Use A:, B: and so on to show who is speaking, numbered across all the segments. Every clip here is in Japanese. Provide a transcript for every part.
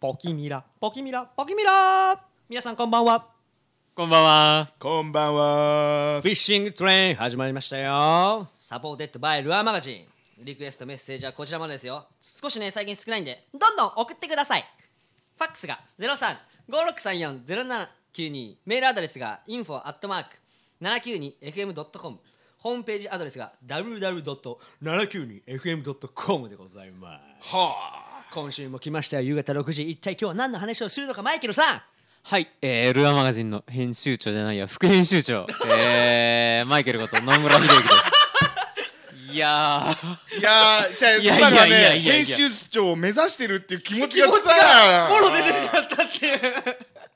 A: ポキミラポキミラポキミラ皆さんこんばんは
B: こんばんは。
C: こんばんは
B: フィッシングトレイン始まりましたよ。
D: サポーテッドバイルアーマガジンリクエストメッセージはこちらまでですよ少しね最近少ないんでどんどん送ってくださいファックスが0356340792メールアドレスが info アットマーク 792fm.com ホームページアドレスが www.792fm.com でございます
C: はあ
D: 今週も来ましたよ夕方6時一体今日は何の話をするのかマイケルさん
B: はい、えー、ルアマガジンの編集長じゃないや、副編 集長、えー、マイケルこと野村秀 樹です。いやー、
C: いやーじゃあ
B: いや
C: 今のはい
B: やいやいや
C: ね
B: いや
C: 編集長を目指してるっていう気持ちが
D: 気持ち
C: さ
D: もろ出てしまったっていう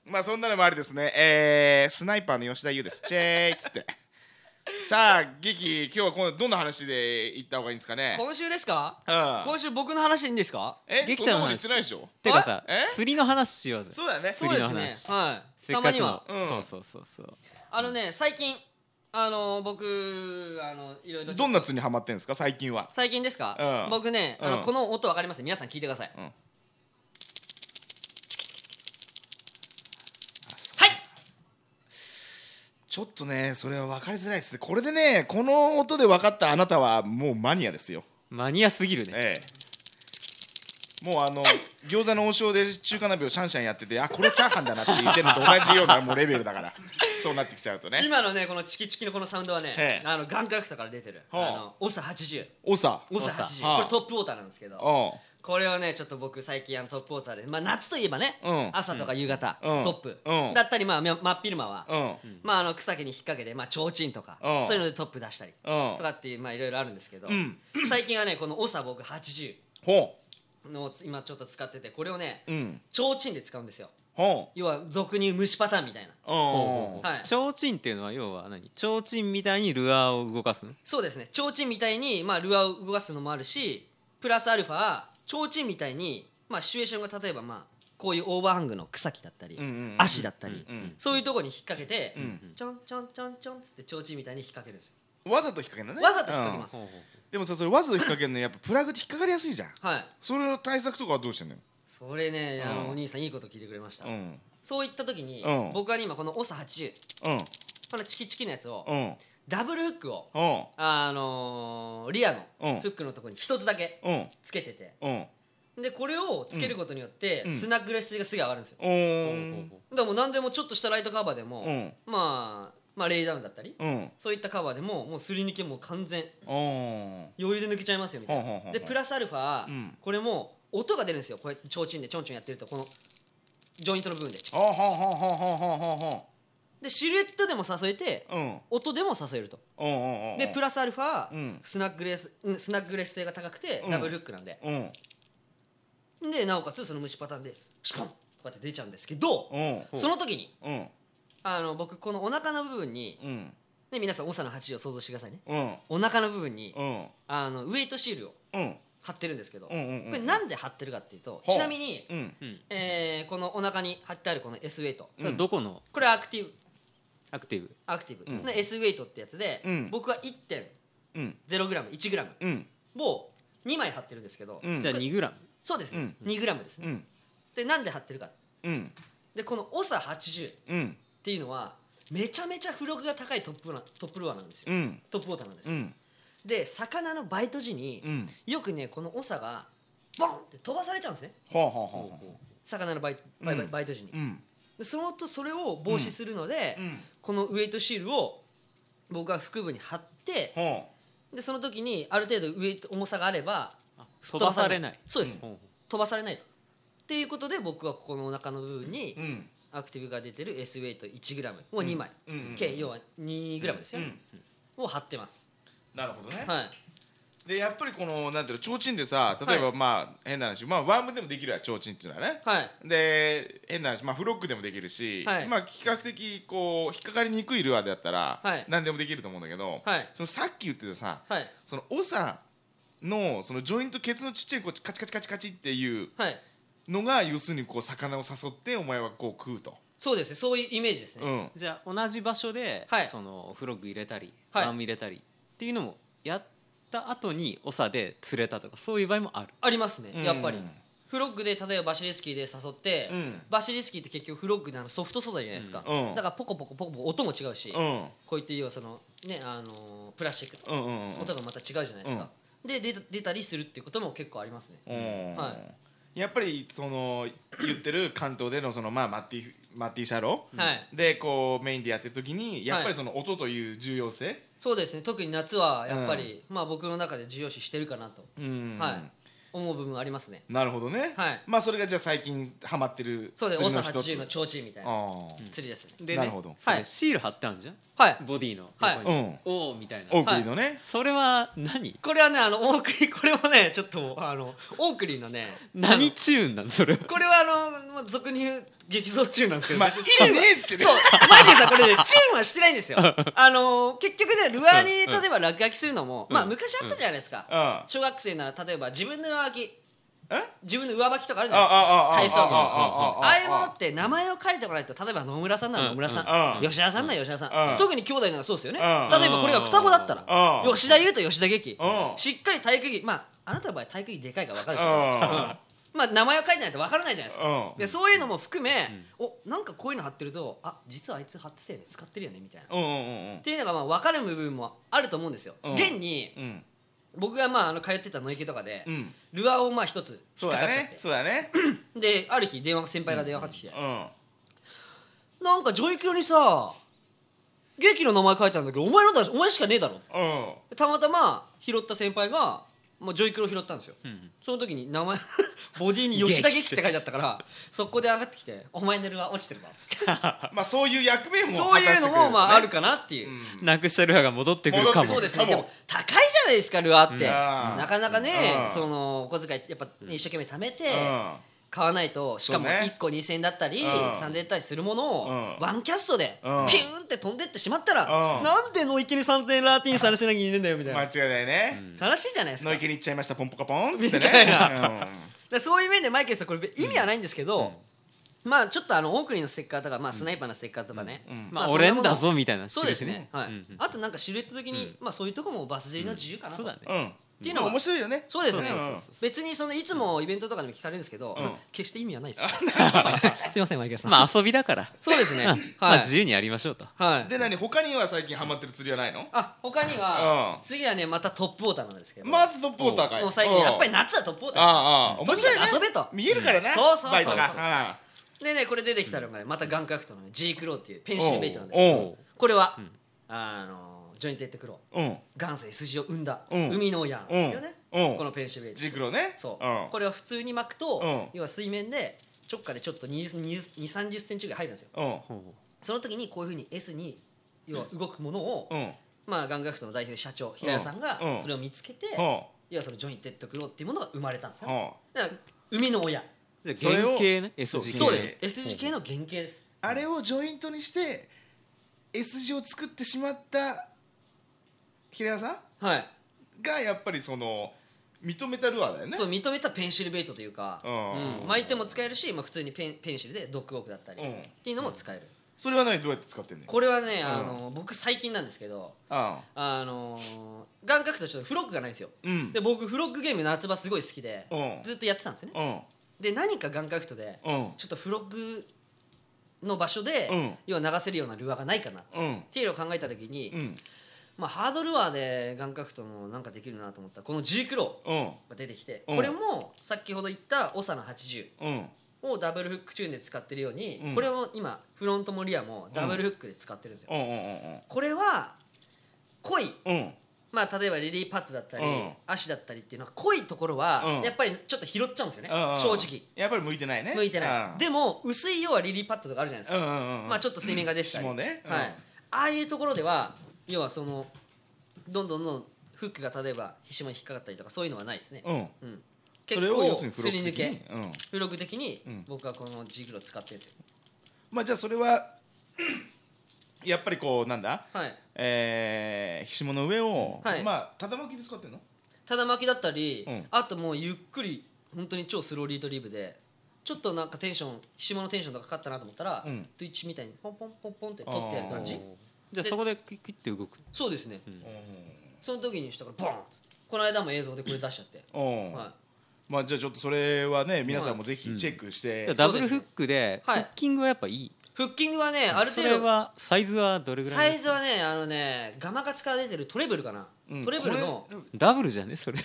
C: まあそんなのもありですねえー、スナイパーの吉田優ですチェーイっつってさあ劇今日はこのどんな話で行った方がいいんですかね
D: 今週ですか
C: うん
D: 今週僕の話でいいんですか
C: え
B: 劇
C: そん
B: ちゃ
C: なん
B: の
C: もん言っ
B: 話
C: てないでしょ
B: てかさ
C: え、
B: 釣りの話しようぜ。
C: そうだよね
D: そうです
B: 釣りの
D: ね
B: 話
D: はい
B: せったか
D: ま
B: く
D: に
B: の
D: は、
C: うん
B: そうそうそうそう。
D: あのね最近あの僕あのいろいろ
C: どんなつにハマってんですか最近は
D: 最近ですか、
C: うん
D: 僕ねあの、
C: うん
D: この音わかります皆さん聞いてください、
C: うん
D: はい
C: ちょっとねそれは分かりづらいですねこれでねこの音で分かったあなたはもうマニアですよ
B: マニアすぎるね。
C: ええもうあの餃子の王将で中華鍋をシャンシャンやっててあこれチャーハンだなって言ってるのと同じ ようなもうレベルだからそうなってきちゃうとね
D: 今のねこのチキチキのこのサウンドはね、
C: ええ
D: あのガンクラクタから出てる、
C: はあ
D: あのオサ80
C: おさ
D: オサ80
C: はあ
D: これトップウォーターなんですけど、
C: う
D: これをねちょっと僕最近あのトップウォーターで、まあ、夏といえばね、
C: うん
D: 朝とか夕方、
C: うん
D: トップ、
C: うん
D: だったり、まあ、ま真っ昼間は、
C: んうん
D: まあ、あの草木に引っ掛けて、まあ、提灯とか、
C: うん
D: そういうのでトップ出したり、
C: うん
D: とかっていう、まあ、いろいろあるんですけど、
C: ん
D: 最近はねこの長僕80
C: ほ
D: のを今ちょっと使っててこれをね
C: ううん
D: 提灯で使うんですよ
C: ほ
D: 要は俗に言う虫パターンみたいな
C: ううん
D: はい
B: ちょうちんっていうのは要は何ちょうちんみたいにルアーを動かすの
D: そうですね提灯みたいに、まあ、ルアーを動かすのもあるしプラスアルファ提灯みたいに、まあ、シチュエーションが例えば、まあ、こういうオーバーハングの草木だったり、
C: うんうんうん
D: 足だったり、
C: うん
D: そういうとこに引っ掛けて、
C: ん
D: ちょんちょんちょんちょんっつって提灯みたいに引っ掛けるんですよ
C: わざと引っ掛けるのね
D: わざと引っ掛けます、
C: うんでもさそれわざと引っ掛けるのやっぱプラグって引っ掛かりやすいじゃん
D: はい
C: それの対策とかはどうしてんのよ
D: それねあの、
C: うん
D: お兄さんいいこと聞いてくれました、
C: うん
D: そういった時に、
C: うん
D: 僕はね今この OSA80
C: うん
D: このチキチキのやつを、
C: うん
D: ダブルフックを、
C: うん
D: あのーリア
C: うん
D: のフックのところに一つだけ
C: うん
D: つけてて、
C: うん
D: でこれをつけることによって、
C: うん
D: スナックレス性がすぐ上がるんですよ、
C: うん
D: だからもう何でもちょっとしたライトカバーでも、
C: うん
D: まあまあレイダウンだったり、
C: うん
D: そういったカバーでももうすり抜けもう完全
C: うん
D: 余裕で抜けちゃいますよみたいな、
C: ほうほうほうほ
D: で
C: う
D: プラスアルファ、
C: うん
D: これも音が出るんですよこれちょうちんでちょんちょんやってるとこのジョイントの部分で
C: ほうほうほうほうほうほうほうほ
D: でシルエットでも誘えて、
C: ううん
D: 音でも誘えると
C: うんうんうん
D: でプラスアルファ、
C: うん
D: スナックレスんスナックレス性が高くて、
C: うん
D: ダブルルックなんで
C: うん
D: でなおかつその虫パターンでシュポンとかって出ちゃうんですけど、
C: うん
D: その時に
C: うん
D: あの僕このお腹の部分に、
C: うん
D: ね、皆さん長の8を想像してくださいね
C: うん
D: お腹の部分に、
C: うん
D: あのウエイトシールを
C: うん
D: 貼ってるんですけど、
C: うんうんうん
D: これなんで貼ってるかっていうと、
C: ほう
D: ちなみに、
C: うん
D: えーこのお腹に貼ってあるこの S ウェイト
B: それはどこの
D: これアクティブ
B: アクティブ
D: アクティブ、
C: うん
D: の S ウェイトってやつで、
C: うん
D: 僕は 1.0g1g
C: うんうん
D: を2枚貼ってるんですけど、
C: うん
B: じゃあ 2g。
D: そうですね、
C: う
D: 2g ですね、
C: うん
D: でなんで貼ってるか
C: うん
D: でこの OSA80 っ
C: うん
D: ていうのはめちゃめちゃ付録が高いトップラトップルアーなんですよ、
C: うん
D: トップウォーターなんです
C: う
D: よ、
C: ん
D: で魚のバイト時に、
C: うん
D: よくねこの OSA がボンって飛ばされちゃうんですね
C: ほうほうほうほ
D: 魚のバイトバイバイ
C: うん
D: バイト時に、
C: ううん
D: でそのとそれを防止するので、
C: うん
D: このウエイトシールを僕は腹部に貼って
C: ほ
D: でその時にある程度ウエイト重さがあれば
B: あ飛ばされない。
D: そうです、
B: ほうほう
D: 飛ばされないとっていうことで僕はここのお腹の部分に、
C: ううん
D: アクティブが出てる S ウェイト 1g を2枚、
C: うんうんうん
D: 計要は 2g ですよね、を貼ってます、
C: なるほどね
D: はい、
C: でやっぱりこのなんていうの提灯でさ例えば
D: は
C: まあ変な話まあワームでもできるや提灯っていうのはね
D: はい、
C: で変な話、まあ、フロックでもできるし、
D: はい
C: まあ、比較的こう引っかかりにくいルアーだったら、
D: はい
C: 何でもできると思うんだけど、
D: はい
C: そのさっき言ってたさ、
D: はい
C: そのオサのそのジョイントケツのちっちゃいこうカチカチカチカチっていう
D: はい
C: のが要するにこう魚を誘ってお前はこう食うと、
D: そうですねそういうイメージですね、
C: うん、
B: じゃあ同じ場所で、
D: はい
B: そのフロッグ入れたり
D: はい
B: バーム入れたりっていうのもやった後に長で釣れたとかそういう場合もある
D: ありますねやっぱり、
C: うん
D: フロッグで例えばバシリスキーで誘って、
C: うん
D: バシリスキーって結局フロッグであのソフト素材じゃないですか、
C: うんうん
D: だからポコポコポコポコ音も違うし、
C: うん
D: こういった要はそのねあのープラスチックと
C: うんうん
D: 音がまた違うじゃないですか、で出た出たりするっていうことも結構ありますね、
C: うん、
D: は
C: やっぱりその言ってる関東でのその、まあ、マッティマッティシャロ、
D: はい
C: でこうメインでやってる時にやっぱりその音という重要性、
D: そうですね特に夏はやっぱり、まあ僕の中で重要視してるかなと、
C: うん
D: はい思う部分ありますね
C: なるほどね、
D: はい
C: まあそれがじゃあ最近ハマってる
D: そうです
C: 釣りの
D: OSA80 の
C: 一つ
D: 提灯みたいな
C: あー
D: 釣りですね
B: でね
C: なるほど
B: それ
D: はい
B: シール貼ってあるじゃん
D: はい
B: ボディの
D: はい
B: 横に
C: うん
B: おおみたい
C: オ
B: な
C: ークリーのね、
B: それは何
D: これはねあのオークリーこれもねちょっとあのオークリーのねあの
B: 何チューンなのそれは
D: これはあのまあ俗に言う激増中なんですけど、
C: まあいいねってね
D: そうマイケルさんこれねチューンはしてないん ですよあの結局ねルアーに例えば落書きするのも、
B: うん
D: まあ昔あったじゃないですか、
C: うんあ
D: 小学生なら例えば自分の上履き
C: え
D: 自分の上履きとかある
C: あ
D: じゃないですか体操着の
C: ああああああ
D: ああいうものって名前を書いておかないと例えば野村さんなら野村さん、
C: うんうん
D: 吉田さんなら吉田さん、
C: うん
D: 特に兄弟ならそうですよね、
C: うん
D: 例えばこれが双子だったら、
C: うん
D: 吉田優と吉田劇、
C: うん
D: しっかり体育着まああなたの場合体育着でかいから分かるでしょ、
C: あ
D: まあ、名前を書いてないと分からないじゃないですか、
C: うん
D: でそういうのも含め、おなんかこういうの貼ってるとあ実はあいつ貼ってたよね使ってるよねみたいな、っ
C: うんうんうん
D: ていうのがまあ分かる部分もあると思うんですよ、
C: うん
D: 現に
C: うんうん
D: 僕がまああの通ってた野池とかで、
C: うん
D: ルアーをまあ一つ
C: そ
D: 引
C: う
D: っかか
C: だ
D: っちゃっ
C: ね
D: て
C: そうだね
D: である日電話先輩が電話かかってきて、
C: うん
D: なんかジョイキロにさ劇の名前書いてあるんだけどお前のだお前しかねえだろ
C: うん
D: たまたま拾った先輩が、まあ、ジョイクロを拾ったんですよ、
B: ん
D: その時に名前 ボディに吉田劇って書いてあったからそこで上がってきて「お前のルアー落ちてるぞ」っつ って
C: まあそういう役目も
D: そういうのもまああるかなっていう、
B: なくしたルアーが戻ってくるかも
D: そうですね
C: か
D: で
C: も
D: も高いじゃないですかルアーって、
C: うん
D: なかなかね、
C: うん
D: そのお小遣いやっぱ一生懸命貯めて、
C: うん
D: 買わないとしかも
C: そうね
D: 1個2000円だったり、
C: うん
D: 3000円だったりするものを、
C: うん
D: ワンキャストで、
C: うん
D: ピューンって飛んでってしまったら、
C: うん
D: なんで野池に3000円ラーティンされしなきゃいけないんだよみたいな、
C: 間違いないね、
D: 悲しいじゃないですか
C: ノイケに行っちゃいましたポンポカポンっつってね
D: みたいな
C: うん
D: でそういう面でマイケルさんこれ意味はないんですけど、まあちょっとあのオークリーのステッカーとか、まあ、スナイパーのステッカーとかね、
C: うんうん
B: まあ
D: そな
B: 俺
D: も
B: ん
D: の
B: だぞみたいな
D: そうですね、はい
B: うんうん
D: あとなんかシルエット的に、まあ、そういうとこもバス釣りの自由かなと、
B: そうだね
C: うん、って
D: いうのは
C: 面白いよね
D: そうですね
C: んん
D: 別にそのいつもイベントとかでも聞かれるんですけど、
C: うん
D: 決して意味はない です すいませんマイケルさん、
B: まあ遊びだから
D: そうですねはい、
B: まあ自由にやりましょうと
D: はい、
C: で何他には最近ハマってる釣りはないの
D: あ他には、
C: うん
D: 次はねまたトップウォーターなんですけど、
C: まずトップウォーターかい
D: もう最近やっぱり
C: うん
D: 夏はトップウォーターです
C: ああああ面白いね
D: とにかく遊べと
C: 見えるからね、
D: うんそうそうそう
C: バイトが
D: そうそうでねこれ出てきたのがねまたガンクラフトのね G クローっていうペンシルベイトなんですけ
C: おうお
D: ど
C: う
D: これは、あのジョニー・テッド・クロ
C: うんうん
D: ー元祖 S 字を生んだ
C: うん
D: 海の親なんですよね
C: うんうん
D: このペンシルベイト
C: ジクロね
D: そう、
C: ん、
D: これは普通に巻くと、
C: うん
D: 要は水面で直下でちょっと2 3 0センチぐらい入るんですよ
C: うん
D: その時にこういうふうに S に要は動くものを、
C: うん
D: まあ、ガンクラフトの代表社長平谷さんが
C: うん
D: それを見つけて、
C: うん
D: 要はそのジョニー・テッド・クローっていうものが生まれたんですよ、
C: うん
D: だから海の親
B: じゃあ
C: それ
B: 原
C: を
B: 型ね S 字
D: そう
B: 形
D: です S 字系の原型です
C: あれをジョイントにして S 字を作ってしまった平屋さん
D: はい
C: がやっぱりその認めたルアーだよね
D: そう認めたペンシルベイトというか、
C: うん
D: うん巻いても使えるし、まあ、普通にペンペンシルでドッグウォークだったり、
C: うん
D: っていうのも使える
C: それは何どうやって使ってんの
D: これはね、あの僕最近なんですけど
C: あ
D: あの眼角とちょっとフロックがないんですよ、
C: うん
D: で僕フロックゲーム夏場すごい好きで、
C: うん
D: ずっとやってたんですよね、
C: うん
D: で何か眼角とで、
C: うん
D: ちょっとフロックの場所で、
C: うん
D: 要は流せるようなルアーがないかな、っ
C: うん
D: ていうのを考えた時に、
C: うん
D: まあ、ハードルアーで眼角とのなんかできるなと思ったらこの G クロー、
C: うん
D: が出てきて、
C: うん
D: これも先ほど言った長の80
C: うん
D: をダブルフックチューンで使ってるように、
C: うん
D: これを今フロントもリアもダブルフックで使ってるんですよ、
C: うんうん
D: これは濃い
C: うんうん
D: まあ例えばリリーパッドだったり、
C: うん
D: 足だったりっていうのは濃いところは、
C: うん
D: やっぱりちょっと拾っちゃうんですよね、
C: うん
D: 正直
C: やっぱり向いてないね
D: 向いてない、
C: うん
D: でも薄い要はリリーパッドとかあるじゃないです
C: う
D: か、
C: んうんうん
D: まあちょっと水面が出したり、
C: 指紋ねうん
D: はい、ああいうところでは要はそのどんどんどんどんフックが例えばひしまに引っかかったりとかそういうのはないですね、
C: う
D: う
C: ん
D: ん、
C: そ
D: 結
C: れを
D: 構
C: 要するにフロ
D: すり
C: ッ
D: 抜
C: ク的に
D: け
C: うん
D: フログ的に
C: うん
D: 僕はこのジグロ使ってるんですよ、
C: まあじゃあそれは やっぱりこうなんだ
D: はい、
C: えーひしもの上を
D: はい
C: まあ畳巻きで使ってんの
D: ただ巻きだったり、
C: うん
D: あともうゆっくり本当に超スローリートリーブでちょっとなんかテンションひしものテンションとかかかったなと思ったら、
C: うん
D: トゥイッチみたいにポンポンポンポンって取ってやる感
C: あ
D: じ
C: ー
B: じゃあそこでクイックイって動く
D: そうですね、
C: うん
D: その時にしたからボーンっつってこの間も映像でこれ出しちゃって、
C: うん
D: は
C: まあじゃあちょっとそれはね皆さんもぜひチェックして、
B: ダブルフックで
D: は
B: フ
D: い
B: ッキングはやっぱいい、
D: フッキングはねある
B: そ
D: 程
B: れ
D: 度
B: はサイズはどれぐらい
D: サイズはねあのねガマカツから出てるトレブルかな、
C: うん
D: トレブルの
B: ダブルじゃねそれ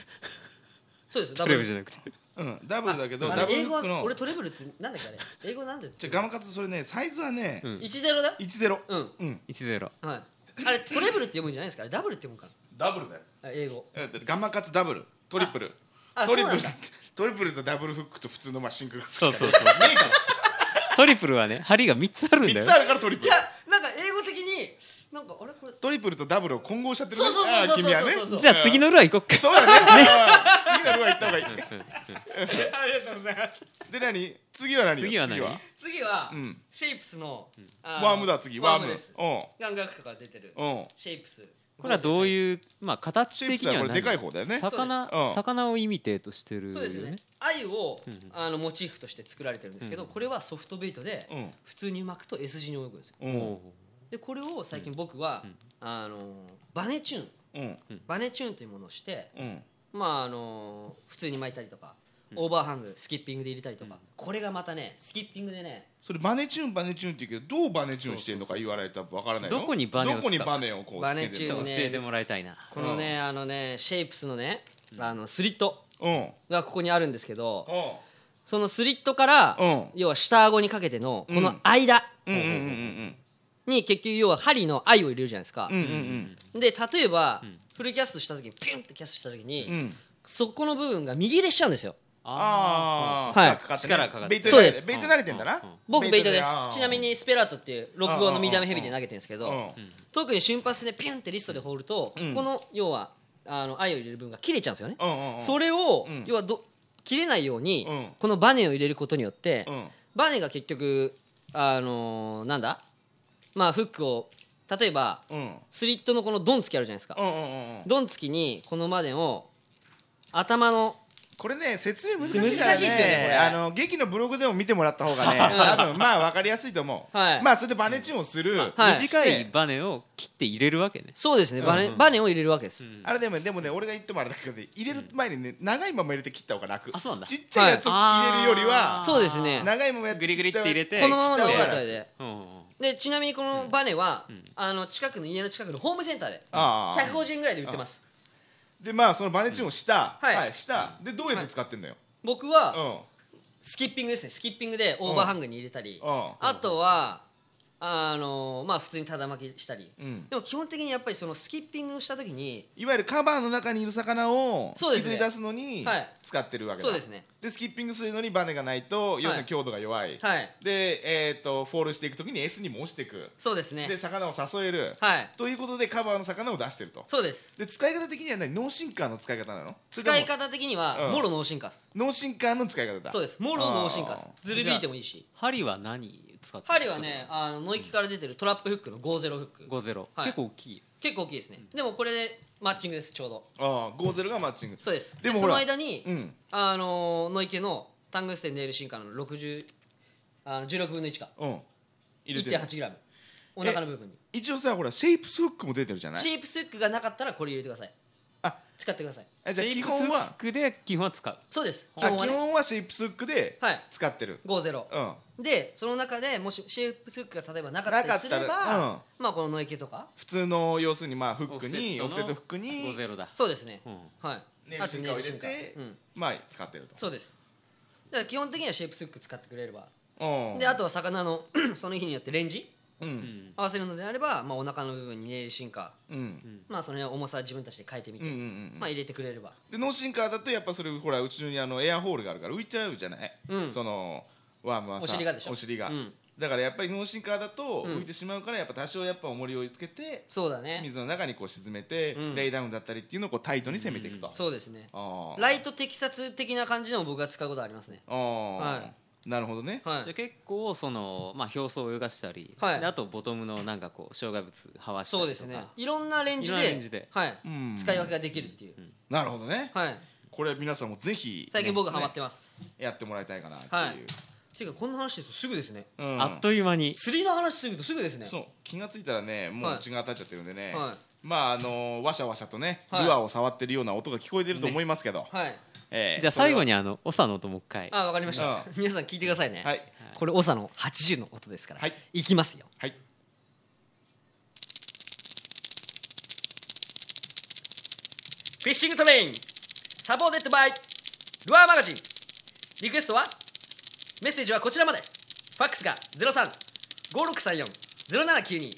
D: そうですよダ
B: ダブ
D: ブ
B: ルじ
D: ル
B: ゃなくて
C: うん、ダブルだけど
D: あ
C: ダブ
D: れ
C: ル
D: 英
C: フ
D: 語
C: ック
D: は
C: の
D: 俺トレブルってなんだっけあれ英語なんで
C: じゃあガマカツそれねサイズはね、
B: うん
D: 1ゼロだよ
C: 一ゼロ
D: うん
C: うん
B: 10
D: はいあれトレブルって読むんじゃないですかあれダブルって読むか
C: ダブルだよ
D: なあ英語
C: だってガマカツダブルトリプル
D: ああ
C: トリプ
D: そ
C: ル
D: うなんだ
C: トリプルとダブルフックと普通のまあシングルフック
B: そうそう
C: しかねえから
B: トリプルはね針が3つあるんだ
C: 3
B: よ
C: つあるからトリプ
D: い
C: ル
D: や なんか英語的になんかあれこれ
C: トリプルとダブルを混合しちゃってるね
D: そうそうそうそう
C: あー君はね
D: そうそう
B: じゃあ次のルアー行こっか
C: そうだね次のルアー行った方が いい
D: ありがとうございます
C: で何次は何よ
B: 次は何
D: 次は、
C: うん
D: シェイプスのあの
C: ワームだ次
D: ワ
C: ワ
D: ー
C: ー
D: ム
C: ム
D: です眼学科から出てる
C: うんうん
D: シェイプス
B: これはどういうまあ形的には
C: シェイプスはこれ
B: 何
C: でかい方だよね
B: 魚
C: そうですうん
B: 魚をイミテートしてるよ
D: そうですね
B: ね
D: 鮎を、あのモチーフとして作られてるんですけど、これはソフトベイトで、
C: うん
D: 普通に巻くと S 字に泳ぐんですよ
C: う
B: お
C: ん
B: お
D: でこれを最近僕は、あのバネチューン
C: うん
D: バネチューンというものをして、
C: うん
D: まああの普通に巻いたりとか、オーバーハングスキッピングで入れたりとか、これがまたねスキッピングでね
C: それバネチューンバネチューンって言うけどどうバネチューンしてんのか言われたらわからないの
B: どこにバネを使う
C: どこにバネをこうつけ
D: バネチ
C: て
D: ュ
B: ち
D: ー
C: る
D: ン
B: ょ
C: の
B: っと教えてもらいたいな
D: このね、あのねシェイプスのねあのスリット
C: うん
D: がここにあるんですけど、
C: うん
D: そのスリットから、
C: うん
D: 要は下顎にかけての
C: うん
D: この間
C: うんうんうん
D: に結局要は針の愛を入れるじゃないですか
C: うんう、んうん
D: で例えば、フルキャストした時にピュンってキャストした時に、
C: うんうん
D: そこの部分が右入れしちゃうんですよ
C: ああ
D: はい
B: 力かかって
C: ベイト
D: そう
C: 投げ
D: で
C: て
D: す
C: ベイト投げてんだな
D: 僕ベイトです
C: あー
D: ちなみにスペラートっていう6号のミディアムヘビーで投げてるんですけ
C: う
D: ど
C: ん
D: 特に瞬発でピュンってリストで放ると、
C: うん
D: この要はあの愛を入れる部分が切れちゃうんですよね、
C: うんうんうん
D: それを、
C: うん
D: 要はど切れないように、
C: うん
D: このバネを入れることによって、
C: うん
D: バネが結局あのーなんだまあフックを例えば
C: うん
D: スリットのこのドンつきあるじゃないですか、
C: うんうんうんうん
D: ドンつきにこのバネを頭の
C: これね説明難しい
D: 難しいっすよ
C: か
D: ね
C: ら
D: これ
C: ねあの劇のブログでも見てもらった方がね多分まあ分かりやすいと思う
D: はい
C: まあそれでバネチューンをする
D: はい
B: 短
C: し
B: い
C: て
B: バネを切って入れるわけね
D: そうですねバネ,、バネを入れるわけです、
C: あれでもでもね俺が言ってもあれだけどね入れる前にね長いまま入れて切った方が楽
B: あそうなんだ
C: ちっちゃいやつを入れるよりは
B: あー
D: そうですね
C: 長いままやって
B: グリグリって入れて
D: このままの
B: 切
D: 状
B: った方が
D: 態で
B: うんうんうん
D: でちなみにこのバネは、あの近くの家の近くのホームセンターで
C: ああ
D: 150円ぐらいで売ってます
C: でまあそのバネチューンをした
D: うんはい
C: はいしたでどうやって使ってんのよ
D: 僕
C: う
D: は
C: ん
D: スキッピングですねスキッピングでオーバーハングに入れたり
C: うん
D: あとはあのまあ普通にただ巻きしたり、
C: うん
D: でも基本的にやっぱりそのスキッピングをした時に
C: いわゆるカバーの中にいる魚を
D: そうです
C: 水
D: ね
C: に出すのに
D: はい
C: 使ってるわけだ
D: そうですね
C: でスキッピングするのにバネがないと要するに強度が弱い、
D: はい
C: で、えー、とフォールしていくときに S にも落ちていく
D: そうですね
C: で魚を誘える、
D: はい
C: ということでカバーの魚を出してると
D: そうです
C: で使い方的には何脳シンカーの使い方なの
D: 使い
C: それとも
D: 方的には、
C: うん
D: もろ脳進化です
C: 脳シンカーの使い方だ
D: そうですもろ脳進化
C: あ
D: ですずるびいてもいいし
B: 針は何使って
D: 針はねあのノイキから出てるトラップフックの50フック
B: 五ゼロ
D: はい
B: 結構大きい
D: 結構大きいですね、でもこれでマッチングですちょうど
C: ーあー50がマッチング
D: そうです
C: でも
D: そ
C: ほら
D: の間に、
C: うん
D: あのー、ノイケのタングステンネイル進化の60あの16分の1か
C: うん入れてる
D: 1.8g お腹の部分に
C: 一応さほらシェイプスフックも出てるじゃない
D: シェイプスックがなかったらこれ入れてください
C: あ
D: 使ってください
C: えじゃあ
B: シェ
C: 基
B: イプス
C: 本
B: フ
C: は
B: ックで基本は使う
D: そうです基
C: あ
D: 本は
C: 基
D: ね
C: 本はシェイプスフックで
D: はい
C: 使ってる、
D: 50、
C: うん
D: でその中でもしシェイプスックが例えばなかったりすれば
C: なかったらうん
D: まあこのノイケとか
C: 普通の要するにまあフックにオ
B: オ
C: フ
B: フ
C: セ
B: セ
C: ッ
B: ッ
C: ト
B: ト
C: フックに
B: 五ゼロだ
D: そうですね、
B: うん
D: はい
C: ネイ
D: あ
C: ル
D: と
C: シンカーを入
D: ネ
C: れ
D: イルシン
C: て
D: カーうん、
C: まあ使ってると
D: そうですだから基本的にはシェイプスック使ってくれれば
C: うん
D: であとは魚の その日によってレンジ
C: うん
D: 合わせるのであれば、まあ、お腹の部分にネイル進化、
C: うんうん
D: まあその辺は重さは自分たちで変えてみて、
C: うんうん
D: まあ入れてくれれば
C: で脳進化だとやっぱそれほら宇宙にあのエアホールがあるから浮いちゃうじゃない、
D: うん
C: そのワームはさ
D: お尻がでしょ
C: お尻が、
D: うん
C: だからやっぱり脳進化だと
D: うん
C: 浮いてしまうからやっぱ多少やっぱ重りをつけて
D: そうだね
C: 水の中にこう沈めて、
D: うん
C: レイダウンだったりっていうのをこうタイトに攻めていくと、
D: そうですね
C: あー
D: ライトテキサス的な感じでも僕は使うことありますね
C: あー、
D: は
C: なるほどね、
D: は
B: じゃあ
D: い
B: 結構そのまあ表層を泳がしたり
D: はい
B: であとボトムのなんかこう障害物はわしたり
D: そ
B: と
D: う
B: か
D: ですねいろんなレンジ
B: いろんなレンジ
D: で
B: で
D: はい
C: うん
D: 使い分けができるっていう
C: なるほどね、
D: はい
C: これ皆さんもぜひ
D: 最近僕は
C: ね
D: マってます
C: やってもらいたいかなっていう、
D: はいていうかこんな話ですとすぐですね
C: うん
B: あっという間に
D: 釣りの話するとすぐですね
C: そう気がついたらねも
D: はいう
C: 血が当たっちゃってるんでね、
D: はい
C: まああのーわしゃわしゃとね、
D: はい
C: ルアーを触ってるような音が聞こえてると思いますけど、
D: はい
C: えー
B: じゃあ最後
C: に
B: にあの長の音もう一回
D: あわかりました
C: う
D: 皆さん聞いてくださいね、
C: はい
D: これ長の80の音ですから、
C: はい、
D: きますよ
C: はい
D: フィッシングトレインサポーテッドバイルアーマガジンリクエストはメッセージはこちらまでファックスが0356340792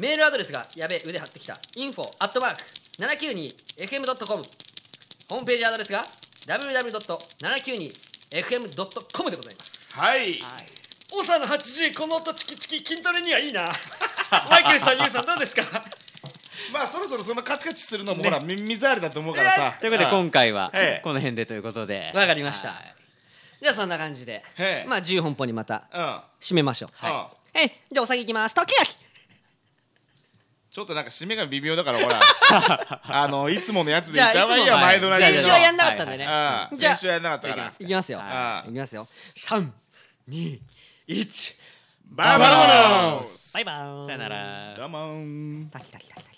D: メールアドレスがやべえ腕張ってきた info アットマーク 792fm.com ホームページアドレスが www.792fm.com でございます
C: はい
D: オサの80この音チキチキ筋トレにはいいなマイケルさんユウさんどうですか
C: まあそろそろそのカチカチするのもほらみ水ありだと思うからさ
B: ということで今回は
C: ええ
B: この辺でということで
D: わかりました
B: はい
D: じゃあそんな感じで
C: へえ
D: まあ10本本にまた
C: 回うん
D: 締めましょう
C: は
D: い
C: い
D: えいじゃあお先行きます時々
C: ちょっとなんか締めが微妙だからほら あのいつものやつで
D: じゃあ
C: いたわ
D: いつ
C: い
D: も
C: や
D: の
C: 毎度同じの
D: 先週はやんなかったんでね
C: うん
D: じゃあ
C: 先週はやんなかったから
D: いきますよ
C: はい
D: いきますよ321
C: バーバローノ
D: バイバーイ
B: さよなら
C: ダマン
D: タキタキタキタキ